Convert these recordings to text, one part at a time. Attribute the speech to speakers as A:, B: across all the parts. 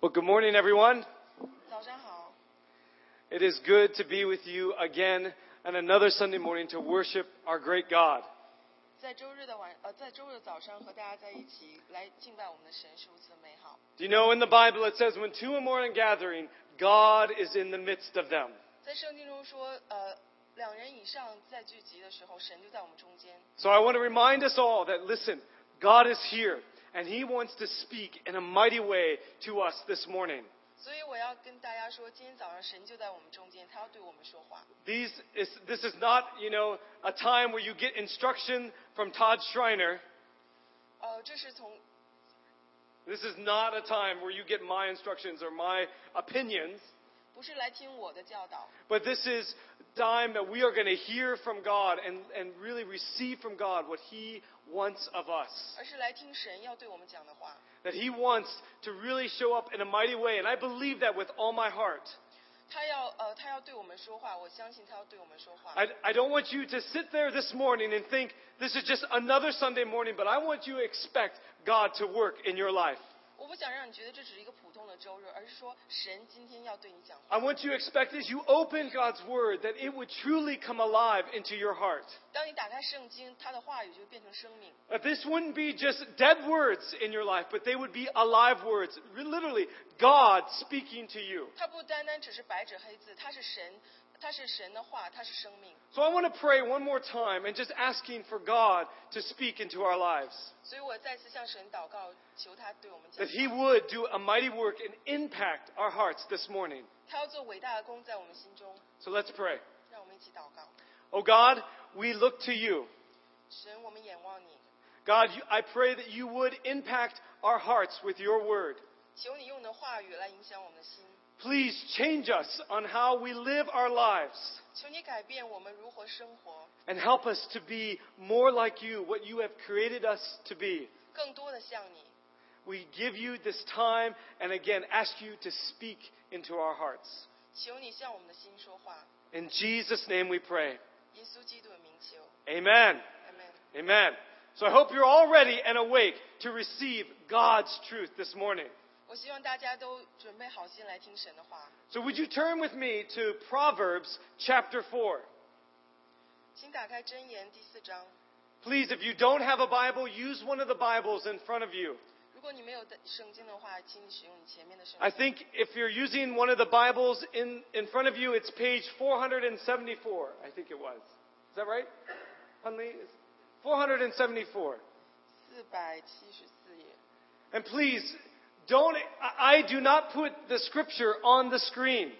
A: Well, good morning, everyone.
B: 早上好，
A: It is good to be with you again on another Sunday morning to worship our great God.
B: 在周日的晚呃，在周日的早上和大家在一起来敬拜我们的神是如此美好。
A: Do you know in the Bible it says, when two or more are gathering, God is in the midst of them.
B: 在圣经中说，呃，两人以上在聚集的时候，神就在我们中间。
A: So I want to remind us all that, listen, God is here, and He wants to speak in a mighty way to us this morning.
B: 所以我要跟大家说，今天早上神就在我们中间，他要对我们说话。
A: These is, this is not, you know, a time where you get instruction from Todd Schreiner.
B: 呃，这是从
A: This is not a time where you get my instructions or my opinions.
B: 不是来听我的教导，
A: But this is time that we are going to hear from God and, and really receive from God what He wants of us.
B: 而是来听神要对我们讲的话。
A: That He wants to really show up in a mighty way. And I believe that with all my heart.
B: 他要呃，他要对我们说话，我相信他要对我们说话。
A: I, I don't want you to sit there this morning and think this is just another Sunday morning, but I want you to expect God to work in your life.
B: 我不想让你觉得这只是一个普通的周日，而是说神今天要对你讲话。
A: I want you to expect as you open God's Word that it would truly come alive into your heart.
B: 当你打开圣经，他的话语就变成生命。
A: That Uh, this wouldn't be just dead words in your life, but they would be alive words. Literally, God speaking to you.
B: 它不单单只是白纸黑字，它是神，它是神的话，它是生命。
A: So I want to pray one more time and just asking for God to speak into our lives.
B: 所以我再次向神祷告，求他对我们讲
A: That，He would do a mighty work and impact our hearts this morning.
B: 他要做伟大的工在我们心中。
A: So let's pray.
B: 让我们一起祷告，
A: Oh God, we look to you.
B: 神，我们仰望你，
A: God, you, I pray that you would impact our hearts with your word.
B: 求你用你的话语来影响我们的心，
A: Please change us on how we live our lives
B: 求你改变我们如何生活，
A: and help us to be more like you, what you have created us to be.
B: 更多的像你。
A: We give you this time and again ask you to speak into our hearts.
B: 求你向我们的心说话，
A: In Jesus' name we pray.
B: 耶稣基督的名求
A: Amen.
B: ，Amen。
A: Amen. So I hope you're all ready and awake to receive God's truth this morning.
B: 我希望大家都准备好心来听神的话，
A: So would you turn with me to Proverbs chapter 4?
B: 请打开箴言第四章。
A: Please, if you don't have a Bible, use one of the Bibles in front of you.
B: 如果你没有的圣经的话，请你使用你前面的圣
A: I
B: 经。
A: think if you're using one of the Bibles in, in front of you, it's page 474, I think it was. Is that right? Hunley? 474.
B: 四百七十四页。
A: And please, don't, I I do not put the scripture on the screen.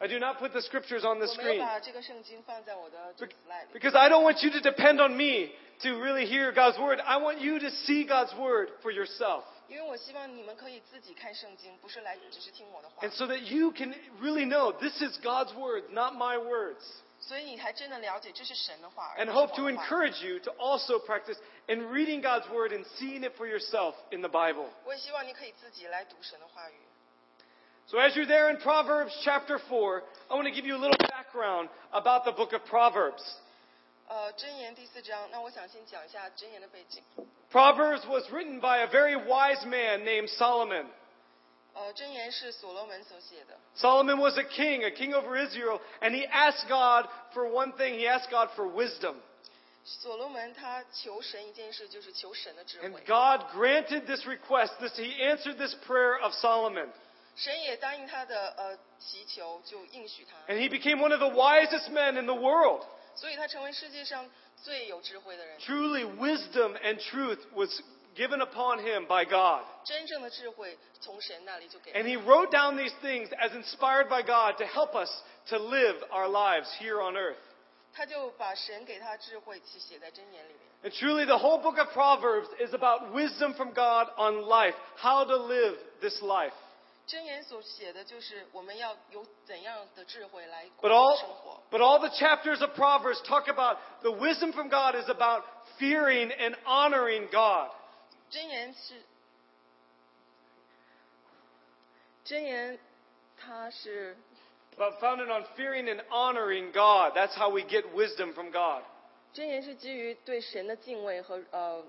A: I do not put the scriptures on the
B: 我没
A: screen.
B: 有把这个圣经放在我的这个 slide 里，
A: Because I don't want you to depend on me to really hear God's word. I want you to see God's word for yourself.
B: 因为我希望你们可以自己看圣经，不是来只是听我的话
A: And。so that you can really know this is God's word, not my words.
B: 所以你还真的了解这是神的话，而
A: And
B: 不是我
A: hope to
B: 的话。
A: encourage you to also practice in reading God's word and seeing it for yourself in the Bible.
B: 我也希望你可以自己来读神的话语。
A: So as you're there in Proverbs chapter 4, I want to give you a little background about the book of Proverbs.
B: 呃，箴言第四章，那我想先讲一下箴言的背景。
A: Proverbs was written by a very wise man named Solomon.
B: 呃，箴言是所罗门所写的。
A: Solomon was a king, a king over Israel, and he asked God for one thing. He asked God for wisdom.
B: 所罗门他求神一件事，就是求神的智
A: And
B: 慧。
A: God granted this request. This, he answered this prayer of Solomon.
B: 神也答应他的呃祈求，就应许他。
A: And he became one of the wisest men in the world.
B: 所以他成为世界上最有智慧的人。
A: Truly, wisdom and truth was given upon him by God.
B: 真正的智慧从神那里就给了。
A: And he wrote down these things as inspired by God to help us to live our lives here on earth.
B: 他就把神给他智慧去写在箴言里面。
A: And truly, the whole book of Proverbs is about wisdom from God on life, how to live this life.
B: 箴言所写的就是我们要有怎样的智慧来
A: But
B: 过生
A: all,
B: 活。
A: but all the chapters of Proverbs talk about the wisdom from God is about fearing and honoring God.
B: 箴言是箴言，它是
A: But founded on fearing and honoring God. That's how we get wisdom from God.
B: 箴言是基于对神的敬畏和呃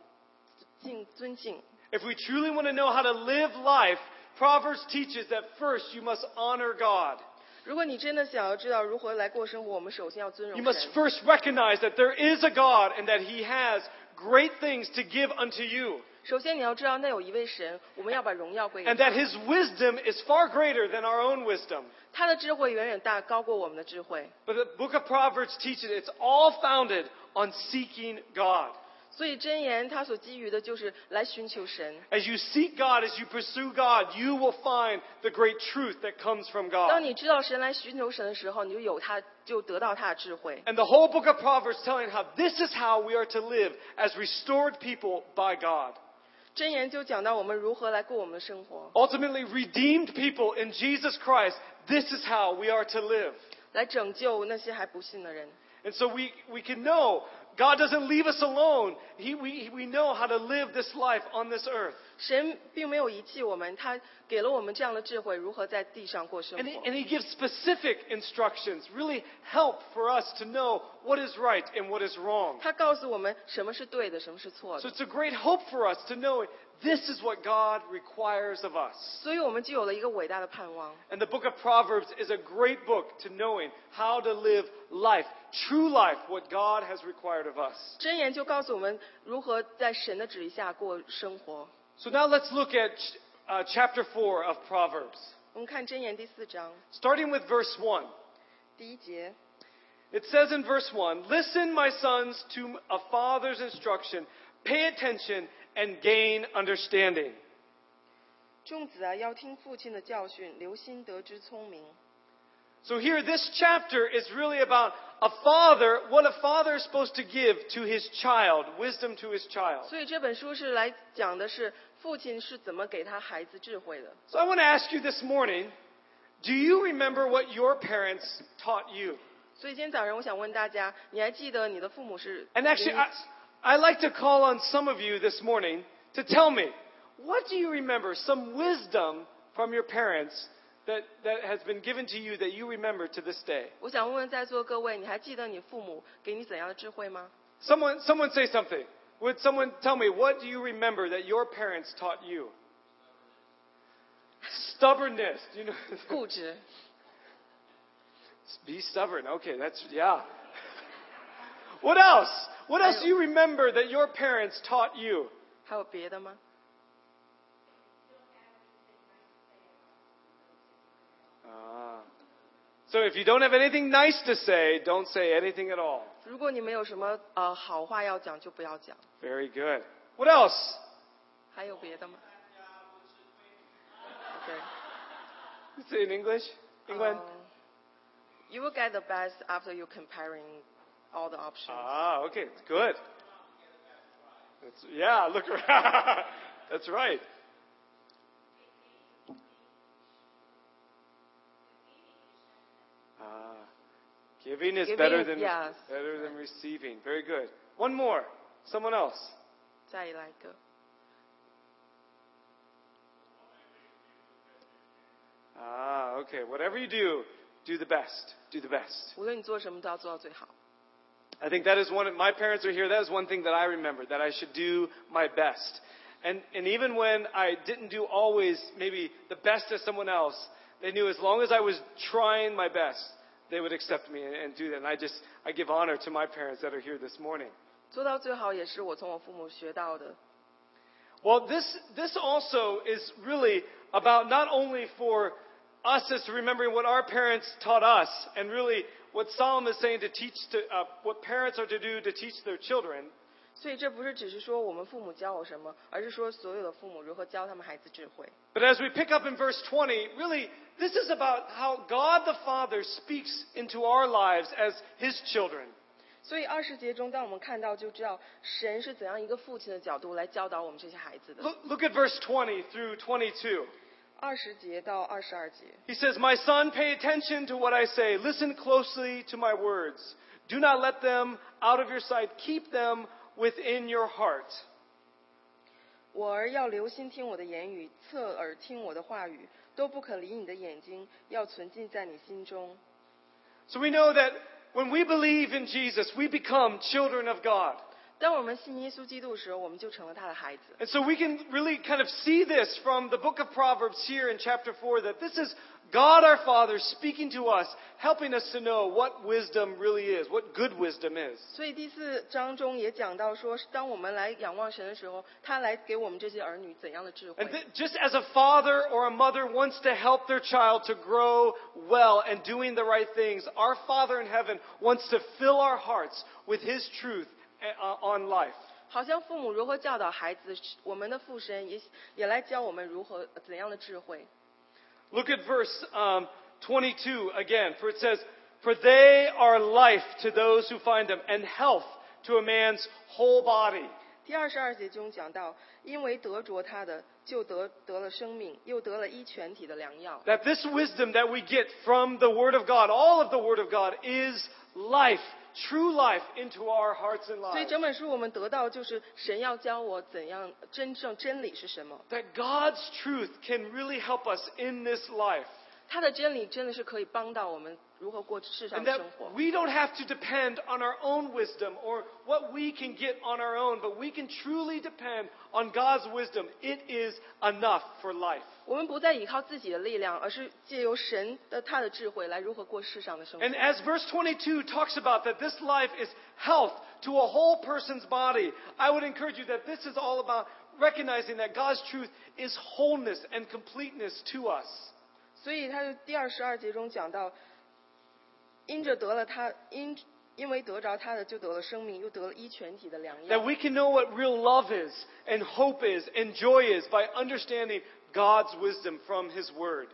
B: 敬尊敬。
A: If we truly want to know how to live life, Proverbs teaches that first you must honor God.
B: 如果你真的想要知道如何来过生活，我们首先要尊
A: You
B: 荣
A: must
B: 神。
A: first recognize that there is a God and that He has great things to give unto you,
B: 首先你要知道，那有一位神，我们要把荣耀归给
A: and
B: 他。
A: that His wisdom is far greater than our own wisdom.
B: 他的智慧远远大高过我们的智慧，
A: But the book of Proverbs teaches it's all founded on seeking God.
B: 所以箴言它所基于的就是来寻求神。
A: As you seek God, as you pursue God, you will find the great truth that comes from
B: 当
A: God.
B: 你知道神来寻求神的时候，你就有他，就得到他的智慧。
A: And the whole book of Proverbs telling how this is how we are to live as restored people by God.
B: 箴言就讲到我们如何来过我们的生活，
A: Ultimately, redeemed people in Jesus Christ, this is how we are to live.
B: 来拯救那些还不信的人。
A: And so we, we can know God doesn't leave us alone. He, we, we know how to live this life on this earth.
B: 神并没有遗弃我们，他给了我们这样的智慧，如何在地上过生
A: And he,
B: 活。
A: and he gives specific instructions, really help for us to know what is right and what is wrong.
B: 他告诉我们什么是对的，什么是错
A: So
B: 的，
A: it's a great hope for us to know this is what God requires of us.
B: 所以我们就有了一个伟大的盼望。
A: And the book of Proverbs is a great book to knowing how to live life, true life, what God has required of us.
B: 箴言就告诉我们如何在神的旨意下过生活。
A: So now let's look at uh, chapter 4 of Proverbs,
B: 我们看箴言第四章
A: starting with verse 1.
B: 第一节，
A: It says in verse 1 Listen, my sons, to a father's instruction, pay attention, and gain understanding.
B: 众子啊，要听父亲的教训，留心得之聪明。
A: So here, this chapter is really about a father, what a father is supposed to give to his child, wisdom to his child.
B: 所以这本书是来讲的是父亲是怎么给他孩子智慧的。
A: So I want to ask you this morning do you remember what your parents taught you?
B: 所以今天早上我想问大家，你还记得你的父母是
A: And actually,
B: 给
A: I,
B: 你
A: I'd like to call on some of you this morning to tell me what do you remember, some wisdom from your parents that, that has been given to you that you remember to this day?
B: 我想问问在座各位，你还记得你父母给你怎样的智慧吗？
A: Someone, someone say something. Would someone tell me what do you remember that your parents taught you? Stubbornness. You know,
B: 固执。
A: be stubborn. Okay, that's yeah. What else? What else do you remember that your parents taught you?
B: 还有别的吗？
A: Ah. So if you don't have anything nice to say, don't say anything at all.
B: 如果你没有什么呃好话要讲，就不要讲。
A: Very good. What else?
B: 还有别的吗？OK。
A: Say it in English. England.
B: Um, you will get the best after you comparing all the options.
A: Ah, okay, it's good. That's, yeah, look around. That's right. Ah, giving is
B: Giving
A: better
B: is-
A: than
B: yes.
A: better than receiving. Very good. One more. Someone else.
B: 再来一个，
A: Ah, okay. Whatever you do, do the best. Do the best.
B: 无论你做什么都要做到最好。
A: I think that is one. My parents are here. That is one thing that I remember that I should do my best. And and even when I didn't do always maybe the best as someone else, they knew as long as I was trying my best, they would accept me and, and do that. And I just I give honor to my parents that are here this morning.
B: 做到最好也是我从我父母学到的。
A: Well, this this also is really about not only for us as to remembering what our parents taught us, and really what Solomon is saying to teach to uh, what parents are to do to teach their children.
B: 所以这不是只是说我们父母教我什么，而是说所有的父母如何教他们孩子智慧。
A: But as we pick up in verse 20, really, this is about how God the Father speaks into our lives as His children.
B: 所以二十节中，当我们看到就知道神是怎样一个父亲的角度来教导我们这些孩子的。
A: Look, look at verse 20 through 22.
B: 二十节到二十二节，
A: He says, My son, pay attention to what I say. Listen closely to my words. Do not let them out of your sight. Keep them within your heart.
B: 我儿要留心听我的言语，侧耳听我的话语，都不可离你的眼睛，要存进在你心中。
A: So we know that when we believe in Jesus, we become children of God.
B: 当我们信耶稣基督的时候，我们就成了他的孩子。
A: And so we can really kind of see this from the book of Proverbs here in chapter 4 that this is God our Father speaking to us, helping us to know what wisdom really is, what good wisdom is.
B: 所以第四章中也讲到说，是当我们来仰望神的时候，他来给我们这些儿女怎样的智
A: And th-
B: 慧？
A: just as a father or a mother wants to help their child to grow well and doing the right things, our Father in heaven wants to fill our hearts with His truth uh, on life.
B: 好像父母如何教导孩子，我们的父神也也来教我们如何呃怎样的智慧。
A: Look at verse um, 22 again, for it says, For they are life to those who find them, and health to a man's whole body.
B: 第二十二节中讲到，因为得着他的，就得得了生命，又得了医全体的良药。
A: That this wisdom that we get from the Word of God, all of the Word of God, is life, true life into our hearts and
B: 所以
A: lives.
B: 整本书我们得到就是神要教我怎样真正真理是什么，
A: That God's truth can really help us in this life.
B: 他的真理真的是可以帮到我们如何过世上
A: And
B: 的
A: that
B: 生活。
A: we don't have to depend on our own wisdom or what we can get on our own, but we can truly depend on God's wisdom. It is enough for life.
B: 我们不再依靠自己的力量，而是借由神的他的智慧来如何过世上的生活
A: And。as verse 22 talks about that this life is health to a whole person's body, I would encourage you that this is all about recognizing that God's truth is wholeness and completeness to us.
B: 所以他就第二十二节中讲到，因着得了他因因为得着他的就得了生命，又得了医全体的良
A: That
B: 药。
A: we can know what real love is and hope is and joy is by understanding God's wisdom from His Word.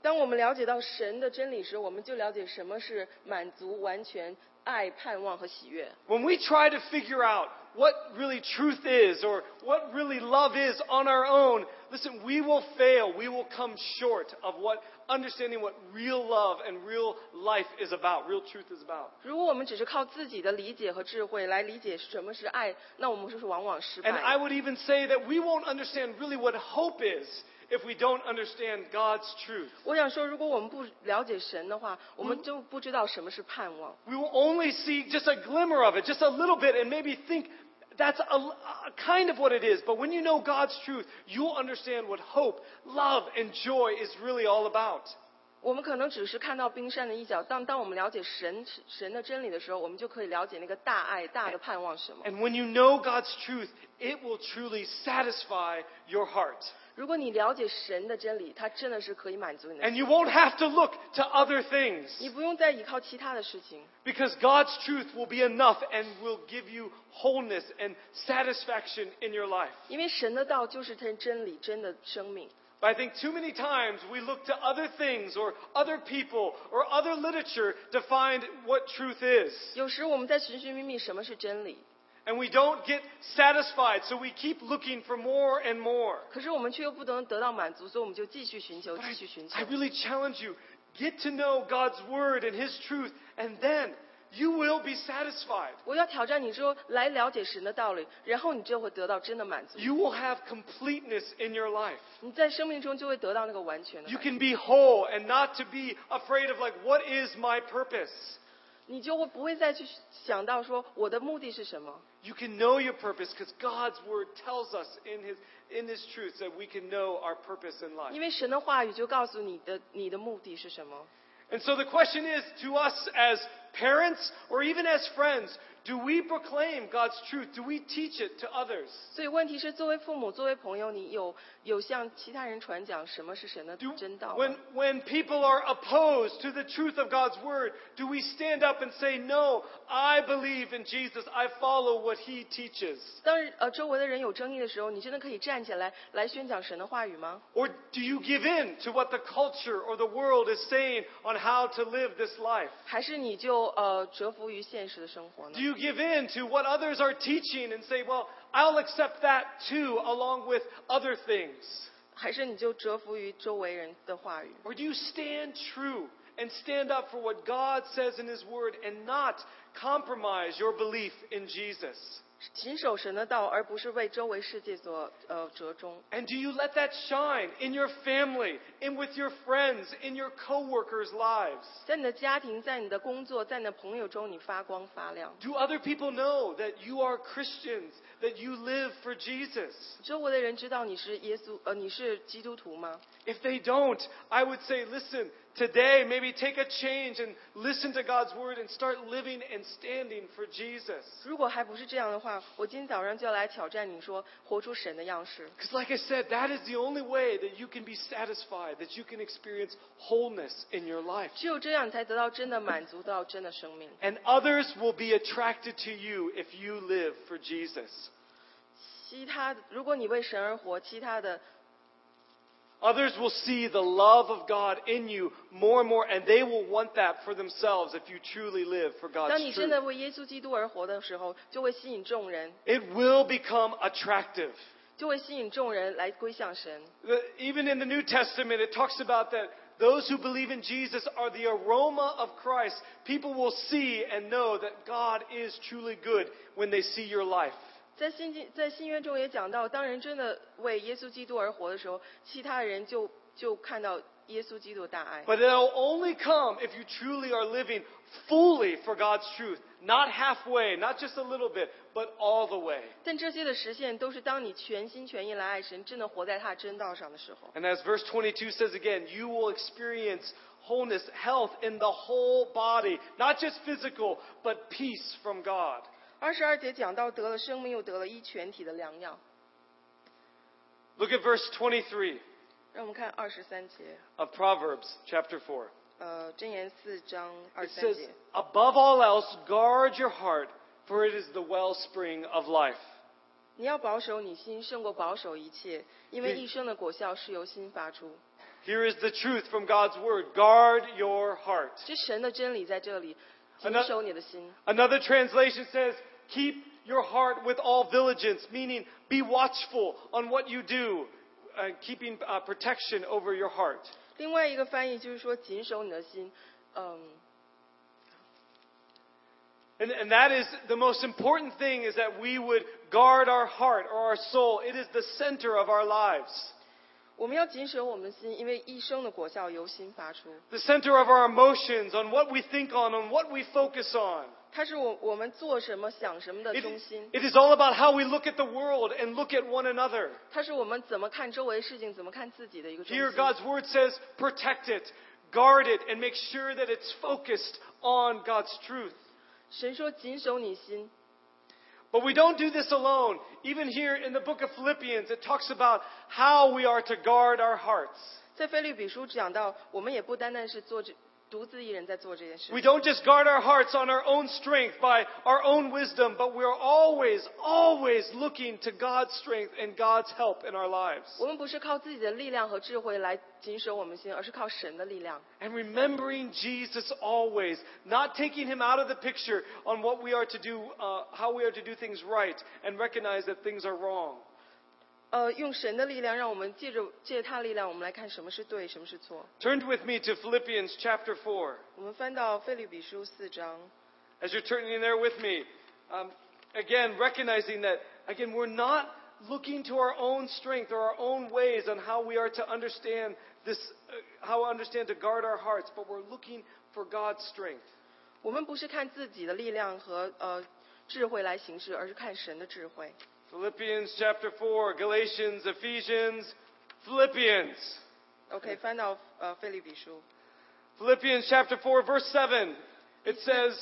B: 当我们了解到神的真理时，我们就了解什么是满足、完全、爱、盼望和喜悦。
A: When we try to figure out what really truth is or what really love is on our own, listen, we will fail. We will come short of what understanding what real love and real life is about, real truth is about.
B: 如果我们只是靠自己的理解和智慧来理解什么是爱，那我们是不是往往失
A: And I
B: 败。
A: would even say that we won't understand really what hope is if we don't understand God's truth.
B: 我想说，如果我们不了解神的话，我
A: 嗯
B: 们就不知道什么是盼望。
A: We will only see just a glimmer of it, just a little bit, and maybe think that's a, a kind of what it is. But when you know God's truth, you'll understand what hope, love, and joy is really all about.
B: 我们可能只是看到冰山的一角，但当我们了解神神的真理的时候，我们就可以了解那个大爱、大的盼望是什么。
A: And when you know God's truth, it will truly satisfy your heart.
B: 如果你了解神的真理，它真的是可以满足你的
A: And you won't have to look to other things
B: 你不用再依靠其他的事情，
A: because God's truth will be enough and will give you wholeness and satisfaction in your life.
B: 因为神的道就是真真理、真的生命。
A: But I think too many times we look to other things or other people or other literature to find what truth is.
B: 有时我们在寻寻觅觅什么是真理，
A: And we don't get satisfied, so we keep looking for more and more.
B: 可是我们却又不能得到满足，所以我们就继续寻求，
A: But I-
B: 继续寻求
A: I。really challenge you get to know God's Word and His truth, and then you will be satisfied.
B: 我要挑战你说来了解神的道理，然后你就会得到真的满足。
A: You will have completeness in your life.
B: 你在生命中就会得到那个完全的
A: You
B: 满足，
A: can be whole and not to be afraid of, like, what is my purpose?
B: 你就会不会再去想到说我的目的是什么。
A: You can know your purpose because God's Word tells us in His, in His truth that we can know our purpose in life.
B: 因为神的话语就告诉你的你的目的是什么。
A: And so the question is to us as parents or even as friends, do we proclaim God's truth? Do we teach it to others?
B: 所以问题是，作为父母、作为朋友，你有有向其他人传讲什么是神的
A: Do,
B: 真道吗
A: when, when people are opposed to the truth of God's word, do we stand up and say, No, I believe in Jesus. I follow what he teaches?
B: 当呃周围的人有争议的时候，你真的可以站起来来宣讲神的话语吗？
A: Or do you give in to what the culture or the world is saying on how to live this life?
B: 还是你就呃折服于现实的生活呢
A: Do？you give in to what others are teaching and say, Well, I'll accept that too, along with other things?
B: 还是你就折服于周围人的话语？
A: Or do you stand true and stand up for what God says in His Word and not compromise your belief in Jesus?
B: 谨守神的道，而不是为周围世界所呃折中。
A: And do you let that shine in your family, in with your friends, in your coworkers' lives?
B: 在你的家庭，在你的工作，在你的朋友中，你发光发亮。
A: Do other people know that you are Christians, that you live for Jesus?
B: 周围的人知道你是耶稣，呃，你是基督徒吗？
A: If they don't, I would say, listen, today maybe take a change and listen to God's word and start living and standing for Jesus.
B: 如果还不是这样的话，我今天早上就要来挑战你说，活出神的样式。
A: Because, like I said, that is the only way that you can be satisfied, that you can experience wholeness in your life.
B: 只有这样，你才得到真的满足，到真的生命。
A: And others will be attracted to you if you live for Jesus.
B: 其他，如果你为神而活，其他的
A: Others will see the love of God in you more and more, and they will want that for themselves if you truly live for
B: 当
A: God's
B: 你真
A: truth.
B: 的为耶稣基督而活的时候，就会吸引众人，
A: It will become attractive.
B: 就会吸引众人来归向神。
A: The, even in the New Testament, it talks about that those who believe in Jesus are the aroma of Christ. People will see and know that God is truly good when they see your life.
B: 在新经在新约中也讲到，当人真的为耶稣基督而活的时候，其他人就就看到耶稣基督的大爱。
A: But it'll only come if you truly are living fully for God's truth, not halfway, not just a little bit, but all the way.
B: 但这些的实现，都是当你全心全意来爱神，真的活在他的真道上的时候。
A: And as verse 22 says again, you will experience wholeness, health in the whole body, not just physical, but peace from God.
B: 二十二节讲到得了生命，又得了一全体的良药。
A: Look at verse 23
B: 让我们看二十三节，
A: of Proverbs chapter 4.
B: 呃，箴言四章二
A: It
B: 十三
A: says,
B: 节。
A: Above all else, guard your heart, for it is the wellspring of life.
B: 你要保守你心，胜过保守一切，因为
A: 对
B: 一生的果效是由心发出。
A: Here is the truth from God's word guard your heart.
B: 这神的真理在这里，谨
A: Another-
B: 守你的心。
A: Another translation says, keep your heart with all vigilance, meaning be watchful on what you do, uh, keeping uh, protection over your heart.
B: 另外一个翻译就是说，谨守你的心。嗯，
A: And, and that is the most important thing is that we would guard our heart or our soul. It is the center of our lives.
B: 我们要谨守我们的心，因为一生的果效由心发出。
A: The center of our emotions, on what we think on, on what we focus on.
B: 它是我我们做什么、想什么的
A: It-
B: 中心，
A: it is all about how we look at the world and look at one another.
B: 它是我们怎么看周围事情、怎么看自己的一个中
A: Here,
B: 心。
A: God's word says, protect it, guard it, and make sure that it's focused on God's truth.
B: 神说：“谨守你心。
A: But we don't do this alone. Even here in the book of Philippians, it talks about how we are to guard our hearts. ”
B: 在菲律比书讲到，我们也不单单是做这独自一人在做这件事
A: We，don't just guard our hearts on our own strength, by our own wisdom, but we're always, always looking to God's strength and God's help in our lives.
B: 我们不是靠自己的力量和智慧来谨守我们心，而是靠神的力量。
A: And remembering Jesus always, not taking him out of the picture on what we are to do, uh, how we are to do things right, and recognize that things are wrong.
B: 呃，用神的力量，让我们借着借他力量，我们来看什么是对，什么是错。
A: Turn with me to Philippians chapter 4.
B: 我们翻到菲律比书四章，
A: As you're turning there with me, um, again, recognizing that, again, we're not looking to our own strength or our own ways on how we are to understand this, uh, how understand to guard our hearts, but we're looking for God's strength.
B: 我们不是看自己的力量和呃智慧来行事，而是看神的智慧。
A: Philippians chapter 4, Galatians, Ephesians, Philippians.
B: OK，翻到呃菲律比书，
A: Philippians chapter 4, verse 7. It says,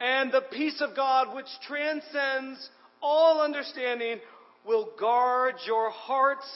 A: And the peace of God, which transcends all understanding, will guard your hearts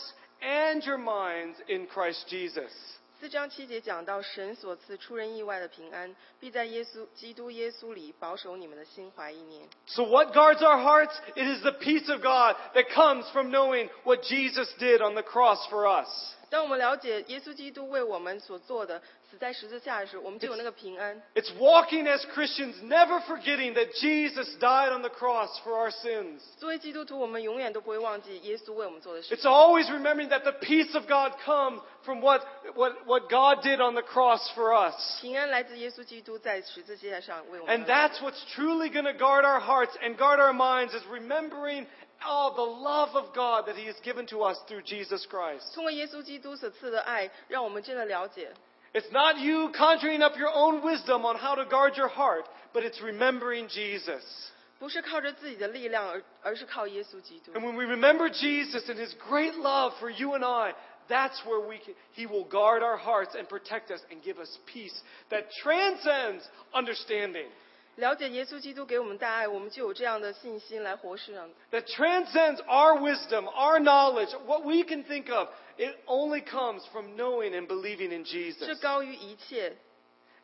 A: and your minds in Christ Jesus.
B: 四章七节讲到神所赐出人意外的平安，必在耶稣基督耶稣里保守你们的心怀意念。
A: So, what guards our hearts? It is the peace of God that comes from knowing what Jesus did on the cross for us.
B: 当我们了解耶稣基督为我们所做的死在十字架的时候，我们就有那个平安。
A: It's walking as Christians, never forgetting that Jesus died on the cross for our sins.
B: 作为基督徒，我们永远都不会忘记耶稣为我们做的事。
A: It's always remembering that the peace of God comes from what, what, what God did on the cross for us.
B: 平安来自耶稣基督在十字架上为我们。
A: And that's what's truly going to guard our hearts and guard our minds is remembering all the love of God that He has given to us through Jesus Christ.
B: 通过耶稣基督所赐的爱，让我们真的了解，
A: It's not you conjuring up your own wisdom on how to guard your heart, but it's remembering Jesus.
B: 不是靠着自己的力量，而而是靠耶稣基督。
A: And when we remember Jesus and His great love for you and I, that's where we can, He will guard our hearts and protect us and give us peace that transcends understanding,
B: 了解耶稣基督给我们大爱，我们就有这样的信心来活世上。
A: that transcends our wisdom, our knowledge, what we can think of. It only comes from knowing and believing in
B: 这
A: Jesus.
B: 高于一切。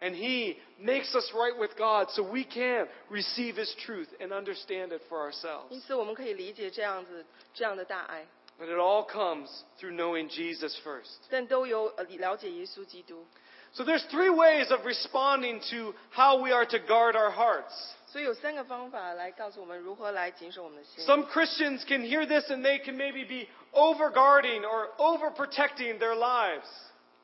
A: And He makes us right with God so we can receive His truth and understand it for
B: 因
A: ourselves.
B: 此，我们可以理解这样子这样的大爱，
A: But it all comes through knowing Jesus first.
B: 但都有呃了解耶稣基督。
A: So there's three ways of responding to how we are to guard our hearts.
B: 所以有三个方法来告诉我们如何来谨守我们的心。
A: Some Christians can hear this and they can maybe be overguarding or overprotecting their lives.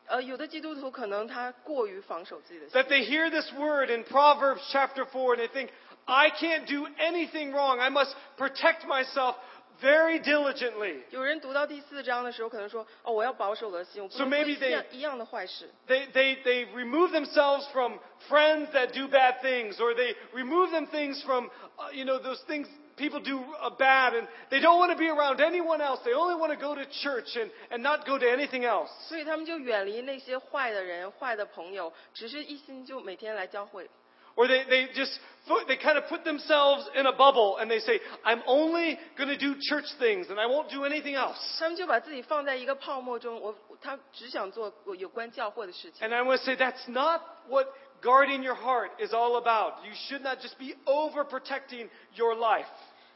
B: 呃，有的基督徒可能他过于防守自己的心，
A: That they hear this word in Proverbs chapter 4 and they think, I can't do anything wrong. I must protect myself very diligently.
B: 有人读到第四章的时候，可能说：“哦，我要保守我的心，我不
A: So
B: 能做
A: maybe
B: 一样
A: they-
B: 一样的坏事。
A: They, they, they remove themselves from friends that do bad things, or they remove them things from, uh, you know, those things people do uh, bad, and they don't want to be around anyone else. They only want to go to church and, and not go to anything else. ”
B: 所以他们就远离那些坏的人、坏的朋友，只是一心就每天来教会。
A: Or they, they just, fo- they kind of put themselves in a bubble and they say, I'm only going to do church things and I won't do anything else.
B: 他们就把自己放在一个泡沫中，我他只想做有关教会的事情。
A: And I want to say that's not what guarding your heart is all about. You should not just be overprotecting your life.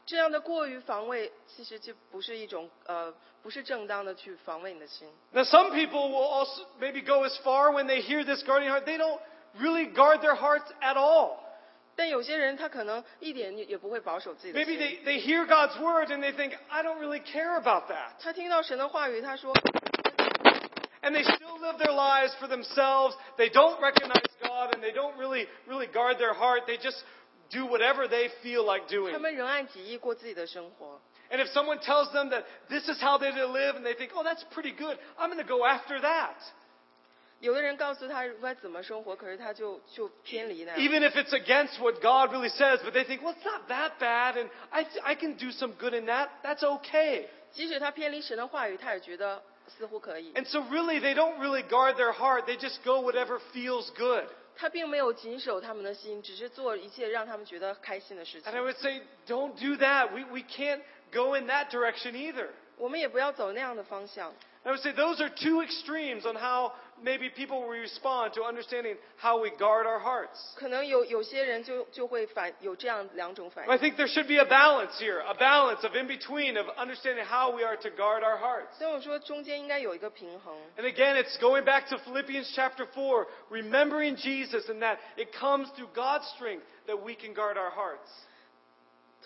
B: 这样的过于防卫，其实就不是一种呃，不是正当的去防卫你的心。
A: Now, some people will also maybe go as far when they hear this guarding heart, they don't really guard their hearts at all.
B: 但有些人他可能一点也也不会保守自己的
A: Maybe
B: 心。
A: they, they hear God's word and they think, I don't really care about that.
B: 他听到神的话语，他说
A: And they still live their lives for themselves. They don't recognize God and they don't really, really guard their heart. They just do whatever they feel like doing.
B: 他们仍按己意过自己的生活。
A: And if someone tells them that this is how they live and they think, oh, that's pretty good, I'm going to go after that.
B: 有的人告诉他应该怎么生活，可是他就就偏离那样。
A: even if it's against what God really says, but they think, well, it's not that bad, and I, I can do some good in that. That's okay.
B: 即使他偏离神的话语，他也觉得似乎可以。
A: And so, really, they don't really guard their heart. They just go whatever feels good.
B: 他并没有谨守他们的心，只是做一切让他们觉得开心的事
A: And I
B: 情。
A: would say, don't do that. We, we can't go in that direction either.
B: 我们也不要走那样的方向。
A: I would say those are two extremes on how maybe people will respond to understanding how we guard our hearts.
B: 可能有有些人就就会反有这样两种反
A: I
B: 应，
A: think there should be a balance here, a balance of in between of understanding how we are to guard our hearts.
B: 所以我说中间应该有一个平衡。
A: And again, it's going back to Philippians chapter 4, remembering Jesus and that it comes through God's strength that we can guard our hearts.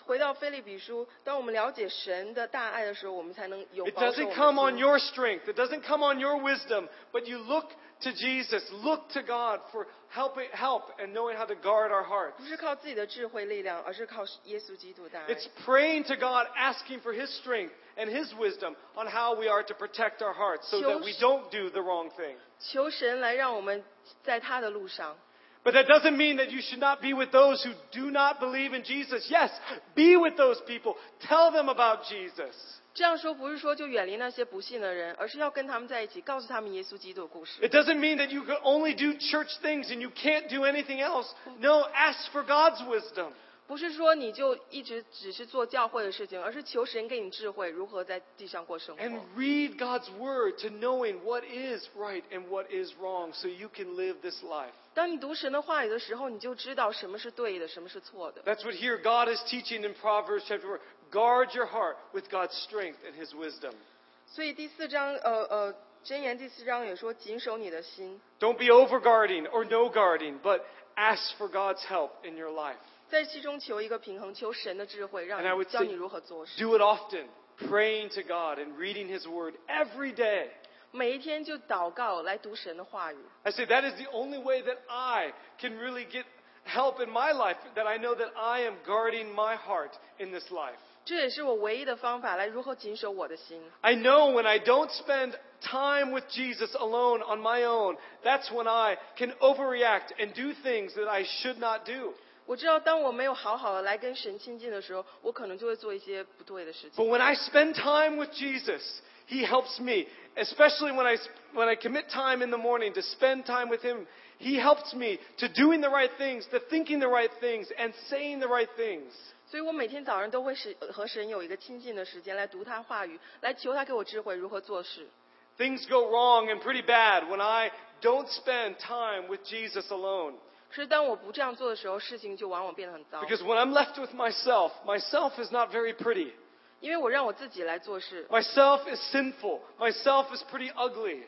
B: 回到菲利比书，当我们了解神的大爱的时候，我们才能有
A: It
B: 保守
A: doesn't
B: 我
A: come
B: 们
A: on
B: 的心
A: your strength, it doesn't come on your wisdom, but you look to Jesus, look to God for help, help and knowing how to guard our hearts.
B: 不是靠自己的智慧力量，而是靠耶稣基督的大爱。
A: It's praying to God, asking for His strength and His wisdom on how we are to protect our hearts so that we don't do the wrong thing.
B: 求神来让我们在他的路上。
A: But that doesn't mean that you should not be with those who do not believe in Jesus. Yes, be with those people. Tell them about Jesus.
B: 这样说不是说就远离那些不信的人，而是要跟他们在一起，告诉他们耶稣基督的故事。
A: It doesn't mean that you can only do church things and you can't do anything else. No, ask for God's wisdom.
B: 不是说你就一直只是做教会的事情，而是求神给你智慧，如何在地上过生
A: And
B: 活。
A: read God's word to knowing what is right and what is wrong so you can live this life.
B: 当你读神的话语的时候，你就知道什么是对的，什么是错的。
A: That's what here God is teaching in Proverbs chapter 4. Guard your heart with God's strength and his wisdom.
B: 所以第四章，呃呃，箴言第四章也说：“谨守你的心，
A: Don't be over guarding or no guarding, but ask for God's help in your life.
B: 在其中求一个平衡，求神的智慧，让
A: And I
B: 你
A: would
B: 教
A: say-
B: 你如何做事。
A: Do it often, praying to God and reading His Word every day.
B: 每一天就祷告来读神的话语。
A: I say that is the only way that I can really get help in my life, that I know that I am guarding my heart in this life.
B: 这也是我唯一的方法来如何谨守我的心。
A: I know when I don't spend time with Jesus alone on my own, that's when I can overreact and do things that I should not do.
B: 我知道，当我没有好好的来跟神亲近的时候，我可能就会做一些不对的事情。
A: But when I spend time with Jesus, He helps me. Especially when I, when I commit time in the morning to spend time with Him, He helps me to doing the right things, to thinking the right things, and saying the right things.
B: 所以我每天早上都会是和神有一个亲近的时间，来读他话语，来求他给我智慧如何做事。
A: Things go wrong and pretty bad when I don't spend time with Jesus alone.
B: 可是当我不这样做的时候，事情就往往变得很糟，
A: Because when I'm left with myself, myself is not very pretty.
B: 因为我让我自己来做事，
A: Myself is sinful. Myself is pretty ugly.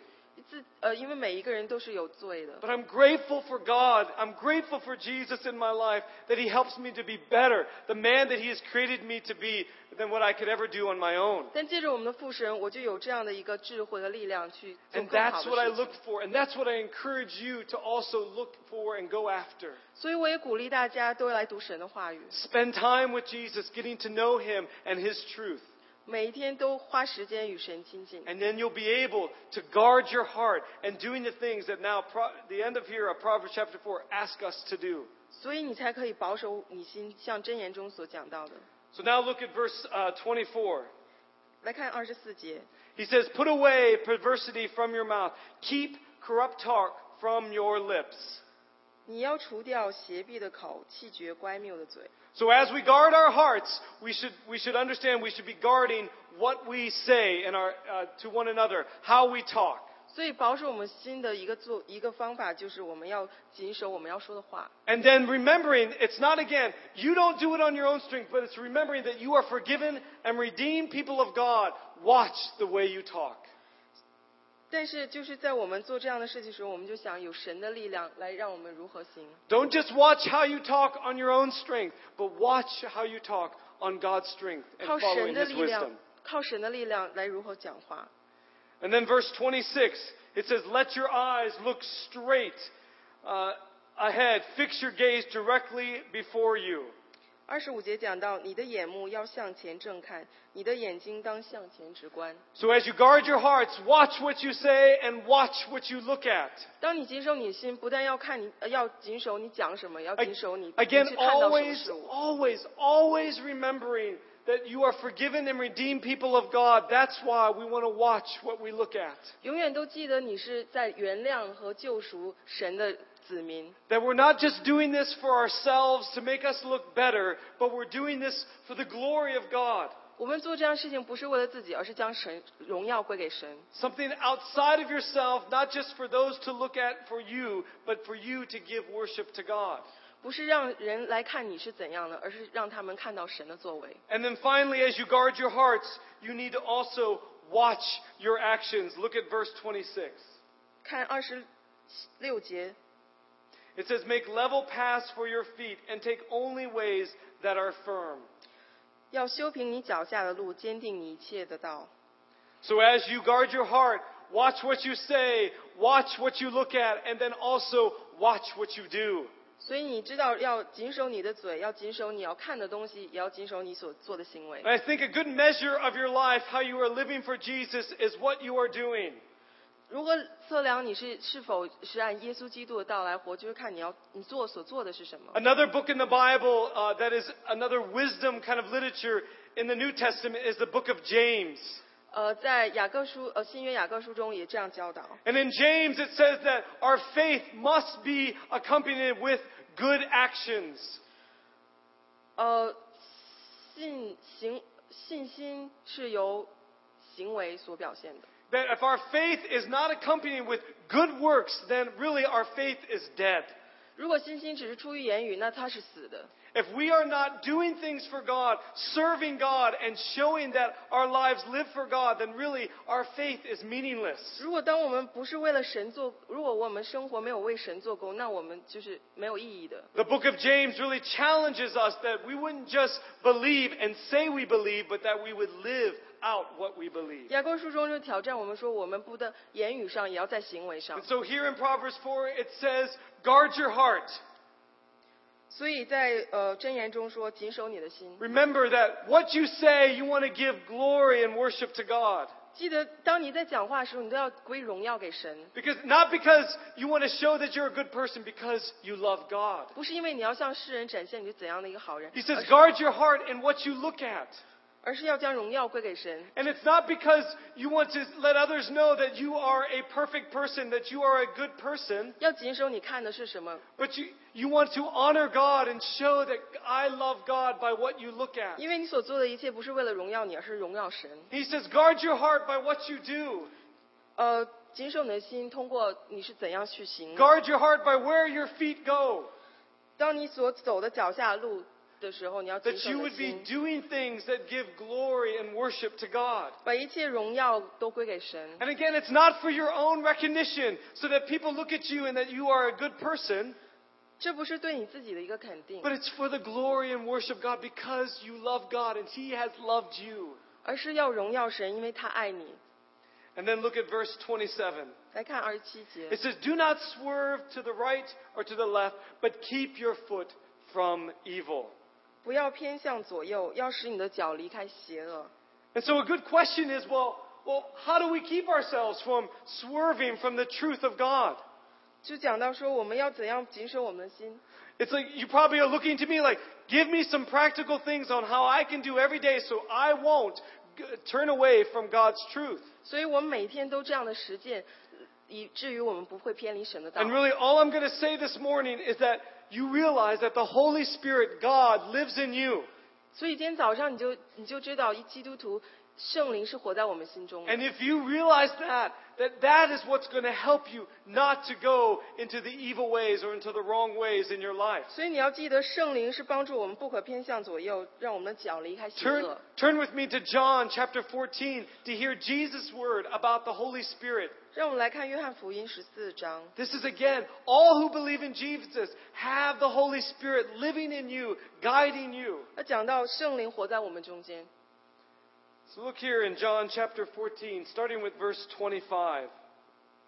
B: 自呃，因为每一个人都是有罪的。
A: But I'm grateful for God. I'm grateful for Jesus in my life that He helps me to be better, the man that He has created me to be, than what I could ever do on my own.
B: 但借着我们的父神，我就有这样的一个智慧和力量去做
A: And
B: 更好
A: that's what I
B: 的事
A: look
B: 情。
A: for, and that's what I encourage you to also look for and go after.
B: 所以我也鼓励大家都来读神的话语，
A: Spend time with Jesus, getting to know Him and His truth.
B: 每一天都花时间与神亲近。
A: And then you'll be able to guard your heart and doing the things that now, pro- the end of here of Proverbs chapter 4 ask us to do.
B: 所以你才可以保守你心，像箴言中所讲到的。
A: So now look at verse uh, 24.
B: 来看二十四节，
A: He says, Put away perversity from your mouth, keep corrupt talk from your lips.
B: 你要除掉邪僻的口，弃绝乖谬的嘴。
A: So as we guard our hearts, we should, we should understand we should be guarding what we say in our, uh, to one another, how we talk.
B: 所以保守我们心的一个做一个方法，就是我们要谨守我们要说的话。
A: And then remembering, it's not again, you don't do it on your own strength, but it's remembering that you are forgiven and redeemed people of God. Watch the way you talk.
B: 但是就是在我们做这样的事情时候，我们就想有神的力量来让我们如何行。
A: Don't just watch how you talk on your own strength, but watch how you talk on God's strength
B: 靠
A: and
B: 神
A: following
B: 的
A: His
B: 力量
A: wisdom.，
B: 靠神的力量来如何讲话。
A: And then verse 26, it says, Let your eyes look straight uh, ahead, fix your gaze directly before you.
B: 二十五节讲到，你的眼目要向前正看，你的眼睛当向前直观。
A: So as you guard your hearts, watch what you say and watch what you look at.
B: 当你谨守你的心，不但要看你，呃要谨守你讲什么，要
A: A-
B: 谨守你你
A: 哎 Again,
B: 去看到什么
A: always,
B: 事物。
A: always, always remembering that you are forgiven and redeemed people of God. That's why we want to watch what we look at.
B: 永远都记得你是在原谅和救赎神的子民，
A: That we're not just doing this for ourselves to make us look better, but we're doing this for the glory of God.
B: 我们做这样事情不是为了自己，而是将神荣耀归给神。
A: Something outside of yourself, not just for those to look at for you, but for you to give worship to God.
B: 不是让人来看你是怎样的，而是让他们看到神的作为。
A: And then finally, as you guard your hearts, you need to also watch your actions. Look at verse 26.
B: 看二十六节，
A: It says, Make level paths for your feet and take only ways that are firm.
B: 要修平你脚下的路，坚定你一切的道。
A: So as you guard your heart, watch what you say, watch what you look at, and then also watch what you do.
B: 所以你知道要谨守你的嘴，要谨守你要看的东西，也要谨守你所做的行为
A: And。I think a good measure of your life, how you are living for Jesus, is what you are doing.
B: 如何测量你是是否是按耶稣基督的道来活，就是看你要你做所做的是什么。
A: Another book in the Bible uh, that is another wisdom kind of literature in the New Testament is the book of James.
B: 呃，在雅各书呃新约雅各书中也这样教导，
A: And in James, it says that our faith must be accompanied with good actions.
B: 呃，信行信心是由行为所表现的。
A: That if our faith is not accompanied with good works, then really our faith is dead.
B: 如果信心只是出于言语，那它是死的。
A: If we are not doing things for God, serving God, and showing that our lives live for God, then really our faith is meaningless.
B: 如果当我们不是为了神做，如果我们生活没有为神做工，那我们就是没有意义的。
A: The book of James really challenges us that we wouldn't just believe and say we believe, but that we would live out what we believe.
B: 雅各书中就挑战我们说，我们不但言语上，也要在行为上
A: And。so here in Proverbs 4, it says, Guard your heart.
B: 所以在呃箴言中说，谨守你的心。
A: Remember that what you say, you want to give glory and worship to God.
B: 记得当你在讲话的时候，你都要归荣耀给神，
A: Because, not because you want to show that you're a good person, because you love God.
B: 不是因为你要向世人展现你是怎样的一个好人，
A: He says, guard your heart and what you look at.
B: 而是要将荣耀归给神。
A: And it's not because you want to let others know that you are a perfect person, that you are a good person,
B: 要谨守你看的是什么，
A: but you, you want to honor God and show that I love God by what you look at.
B: 因为你所做的一切不是为了荣耀你，而是荣耀神。
A: He says, guard your heart by what you do.
B: 呃，谨守你的心，通过你是怎样去行。
A: Guard your heart by where your feet go.
B: 当你所走的脚下路的时候，你要谨
A: That
B: 守
A: you
B: 你的
A: would be
B: 心，
A: doing things that give glory and worship to God.
B: 把一切荣耀都归给神。
A: And again, it's not for your own recognition, so that people look at you and that you are a good person.
B: 这不是对你自己的一个肯定，
A: But it's for the glory and worship of God because you love God and He has loved you.
B: 而是要荣耀神，因为他爱你。
A: And then look at verse 27.
B: 来看二十七节
A: It，says, Do not swerve to the right or to the left, but keep your foot from evil.
B: 不要偏向左右，要使你的脚离开邪恶。
A: And so a good question is, well, well, how do we keep ourselves from swerving from the truth of God?
B: 就讲到说，我们要怎样谨守我们的心。
A: It's like you probably are looking to me like, give me some practical things on how I can do every day so I won't g- turn away from God's truth.
B: 所以我们每天都这样的实践，以至于我们不会偏离神的道
A: And。really, all I'm going to say this morning is that you realize that the Holy Spirit, God, lives in you.
B: 所以今天早上你就你就知道，一基督徒圣灵是活在我们心中的。
A: And if you realize that, that that is what's going to help you not to go into the evil ways or into the wrong ways in your life.
B: 所以你要记得，圣灵是帮助我们不可偏向左右，让我们的脚离开邪
A: Turn,
B: 恶。
A: turn with me to John chapter 14 to hear Jesus' word about the Holy Spirit.
B: 让我们来看约翰福音十四章。
A: This is again, all who believe in Jesus have the Holy Spirit living in you, guiding you.
B: 那讲到圣灵活在我们中间，
A: So look here in John chapter 14, starting with verse 25.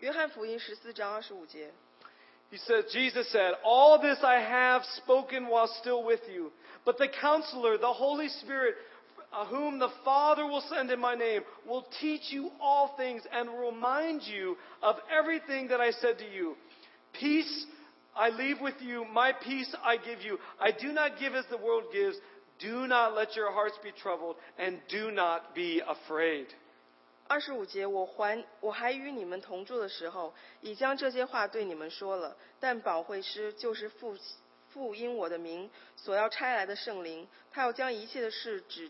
B: 约翰福音十四章二十五节。
A: He says, Jesus said, All this I have spoken while still with you. But the counselor, the Holy Spirit, uh, whom the Father will send in my name, will teach you all things and remind you of everything that I said to you. Peace I leave with you, my peace I give you. I do not give as the world gives. Do not let your hearts be troubled, and do not be afraid.
B: 二十五节，我还我还与你们同住的时候，已将这些话对你们说了。但保惠师就是父父因我的名所要差来的圣灵，他要将一切的事指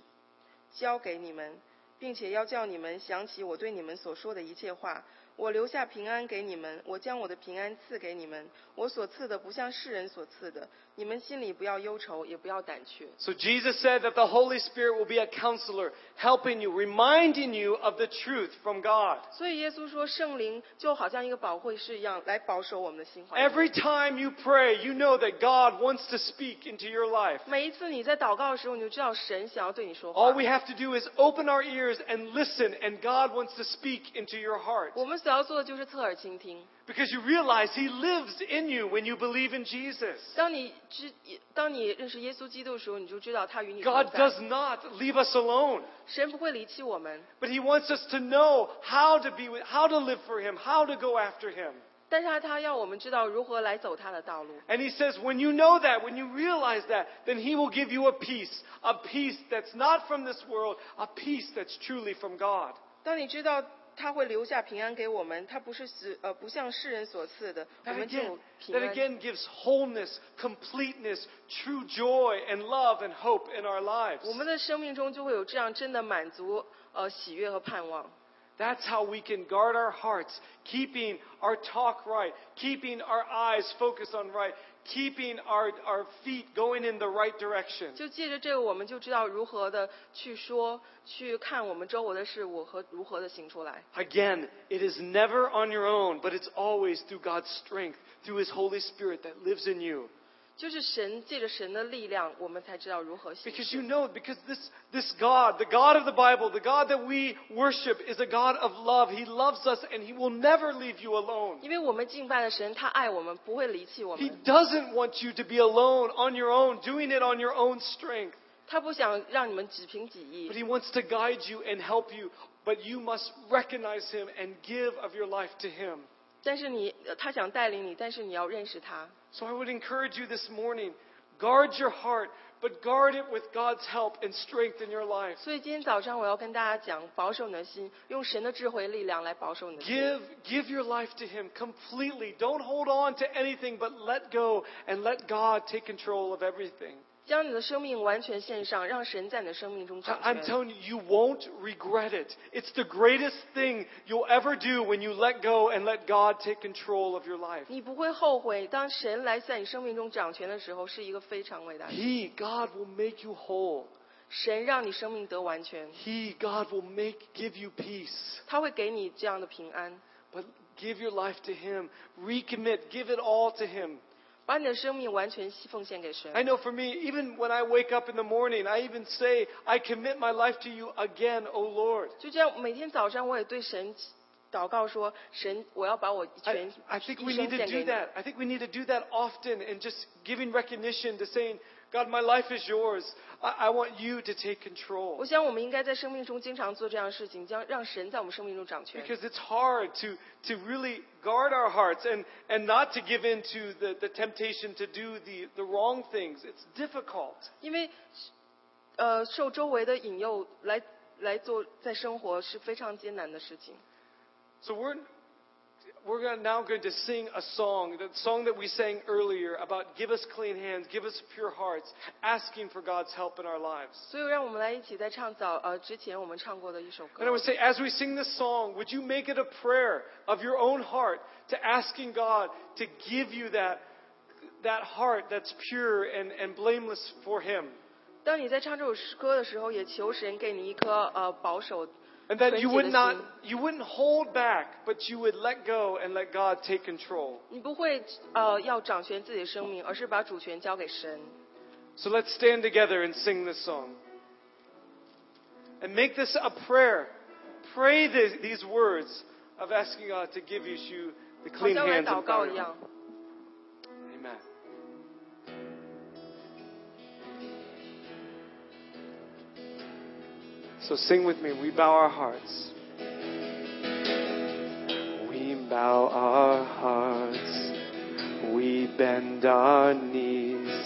B: 交给你们，并且要叫你们想起我对你们所说的一切话。我留下平安给你们，我将我的平安赐给你们。我所赐的不像世人所赐的，你们心里不要忧愁，也不要胆怯。
A: So Jesus said that the Holy Spirit will be a counselor, helping you, reminding you of the truth from God.
B: 所以耶稣说，圣灵就好像一个保惠师一样，来保守我们的心怀。
A: Every time you pray, you know that God wants to speak into your life.
B: 每一次你在祷告的时候，你就知道神想要对你说话。
A: All we have to do is open our ears and listen, and God wants to speak into your heart.
B: 我们所要做的就是侧耳倾听。
A: Because you realize He lives in you when you believe in Jesus.
B: 当你知，当你认识耶稣基督的时候，你就知道他与你
A: God
B: 同
A: does
B: 在。
A: not leave us alone,
B: 神不会离弃我们，
A: but He wants us to know how to be, with, how to live for Him, how to go after Him.
B: 但是他要我们知道如何来走他的道路。
A: And he says, when you know that, when you realize that, then he will give you a peace, a peace that's not from this world, a peace that's truly from God.
B: 当你知道他会留下平安给我们，他不是死呃不像世人所赐的，我
A: That
B: 们就
A: again,
B: 有平
A: that
B: 安。
A: again gives wholeness, completeness, true joy and love and hope in our lives.
B: 我们的生命中就会有这样真的满足、呃喜悦和盼望。
A: That's how we can guard our hearts, keeping our talk right, keeping our eyes focused on right, keeping our, our feet going in the right direction.
B: 就借着这个，我们就知道如何的去说、去看我们周围的事物和如何的行出来。
A: Again, it is never on your own, but it's always through God's strength, through His Holy Spirit that lives in you.
B: 就是神借着神的力量，我们才知道如何行
A: Because you
B: 事。
A: know, because this, this God, the God of the Bible, the God that we worship, is a God of love. He loves us and He will never leave you alone.
B: 因为我们敬拜的神，他爱我们，不会离弃我
A: He
B: 们。
A: doesn't want you to be alone on your own, doing it on your own strength.
B: 他不想让你们只凭己
A: But
B: 意，
A: He wants to guide you and help you. But you must recognize Him and give of your life to Him.
B: 但是你，呃他想带领你，但是你要认识他。
A: So I would encourage you this morning guard your heart, but guard it with God's help and strength in your life.
B: 所以今天早上我要跟大家讲，保守你的心，用神的智慧力量来保守你的心。
A: Give, give your life to Him completely. Don't hold on to anything, but let go and let God take control of everything.
B: 将你的生命完全献上，让神在你的生命中
A: I-
B: 掌
A: I'm
B: 权。
A: telling you, you won't regret it. It's the greatest thing you'll ever do when you let go and let God take control of your life.
B: 你不会后悔，当神来在你生命中掌权的时候，是一个非常伟大的。
A: He, God, will make you whole.
B: 神让你生命得完全，
A: He, God, will make give you peace.
B: 他会给你这样的平安。
A: But give your life to Him. Recommit. Give it all to Him.
B: 把你的生命完全奉献给神。
A: I know for me, even when I wake up in the morning, I even say, I commit my life to you again, O Lord.
B: 就这样，每天早上我也对神祷告说：“神，我要把我全
A: I, 哎 I think
B: 一
A: we
B: 生
A: need
B: 献
A: to
B: 给
A: do
B: 你。
A: that. I think we need to do that often and just giving recognition to saying, God, my life is yours. I, I want you to take ” control.
B: 我想我们应该在生命中经常做这样的事情，将让神在我们生命中掌权。
A: Because it's hard to, to really guard our hearts and, and not to give in to the, the temptation to do the, the wrong things. It's difficult.
B: 因为，呃，受周围的引诱来来做在生活是非常艰难的事情。
A: So we're we're gonna- now going to sing a song, the song that we sang earlier about give us clean hands, give us pure hearts, asking for God's help in our lives.
B: 所以，让我们来一起再唱早呃之前我们唱过的一首
A: And I
B: 歌
A: would。say, as we sing this song, would you make it a prayer of your own heart to asking God to give you that that heart that's pure and, and blameless for Him,
B: 当你在唱这首诗歌的时候，也求神给你一颗呃保守
A: and
B: 纯
A: that
B: 洁
A: you
B: 的
A: would
B: 心
A: not。you wouldn't hold back, but you would let go and let God take control.
B: 你不会呃要掌权自己的生命，而是把主权交给神。
A: So let's stand together and sing this song. And make this a prayer. Pray the, these words of asking God to give you you the
B: 好
A: clean
B: 像来
A: hands
B: 祷
A: of
B: 告
A: God.
B: 一样。
A: Amen. So sing with me. We bow our hearts. We bow our hearts. We bend our knees.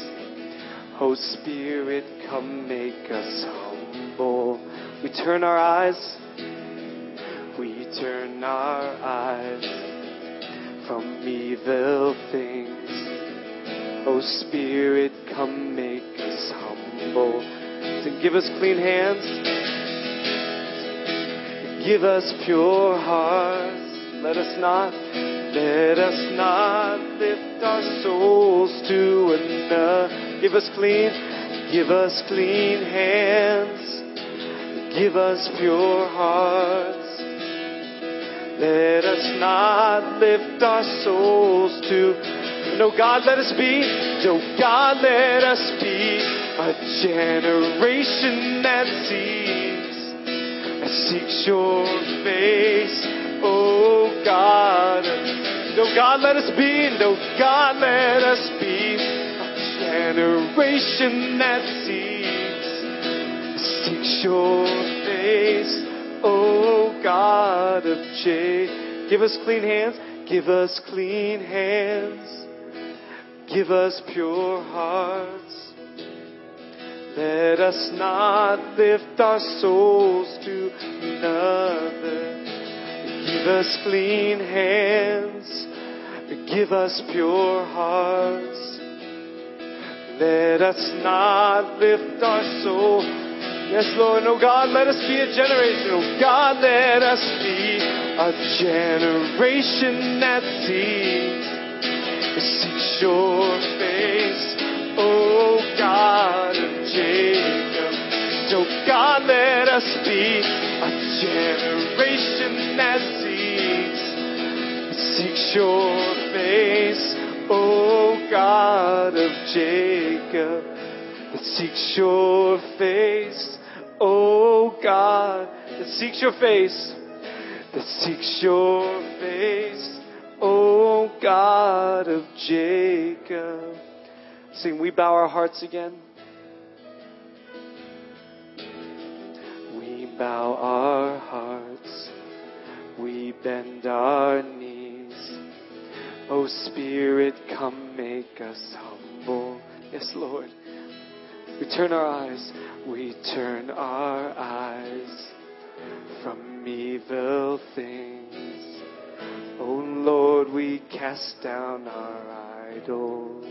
A: Oh Spirit, come make us humble. We turn our eyes, we turn our eyes from evil things. Oh Spirit, come make us humble. To give us clean hands, give us pure hearts. Let us not, let us not lift our souls to another. Give us clean, give us clean hands. Give us pure hearts. Let us not lift our souls to. No, God, let us be. No, God, let us be a generation that seeks, that seeks your face, oh God. No, God, let us be. No, God, let us be a generation that seeks seeks your face, O God of Jacob. Give us clean hands, give us clean hands, give us pure hearts. Let us not lift our souls to another. Give us clean hands, give us pure hearts. Let us not lift our soul. Yes, Lord, and oh God, let us be a generation. Oh God, let us be a generation that sees, seeks your face. Oh God of Jacob. So God, let us be a generation that seeks seeks your face, O God of Jacob. That seeks your face, O God. That seeks your face. That seeks your face, O God of Jacob. Sing, we bow our hearts again. We bow our hearts. We bend our knees. O Spirit, come make us humble. Yes, Lord. We turn our eyes. We turn our eyes from evil things. O Lord, we cast down our idols.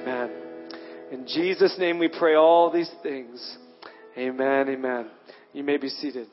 A: Amen. In Jesus' name we pray all these things. Amen, amen. You may be seated.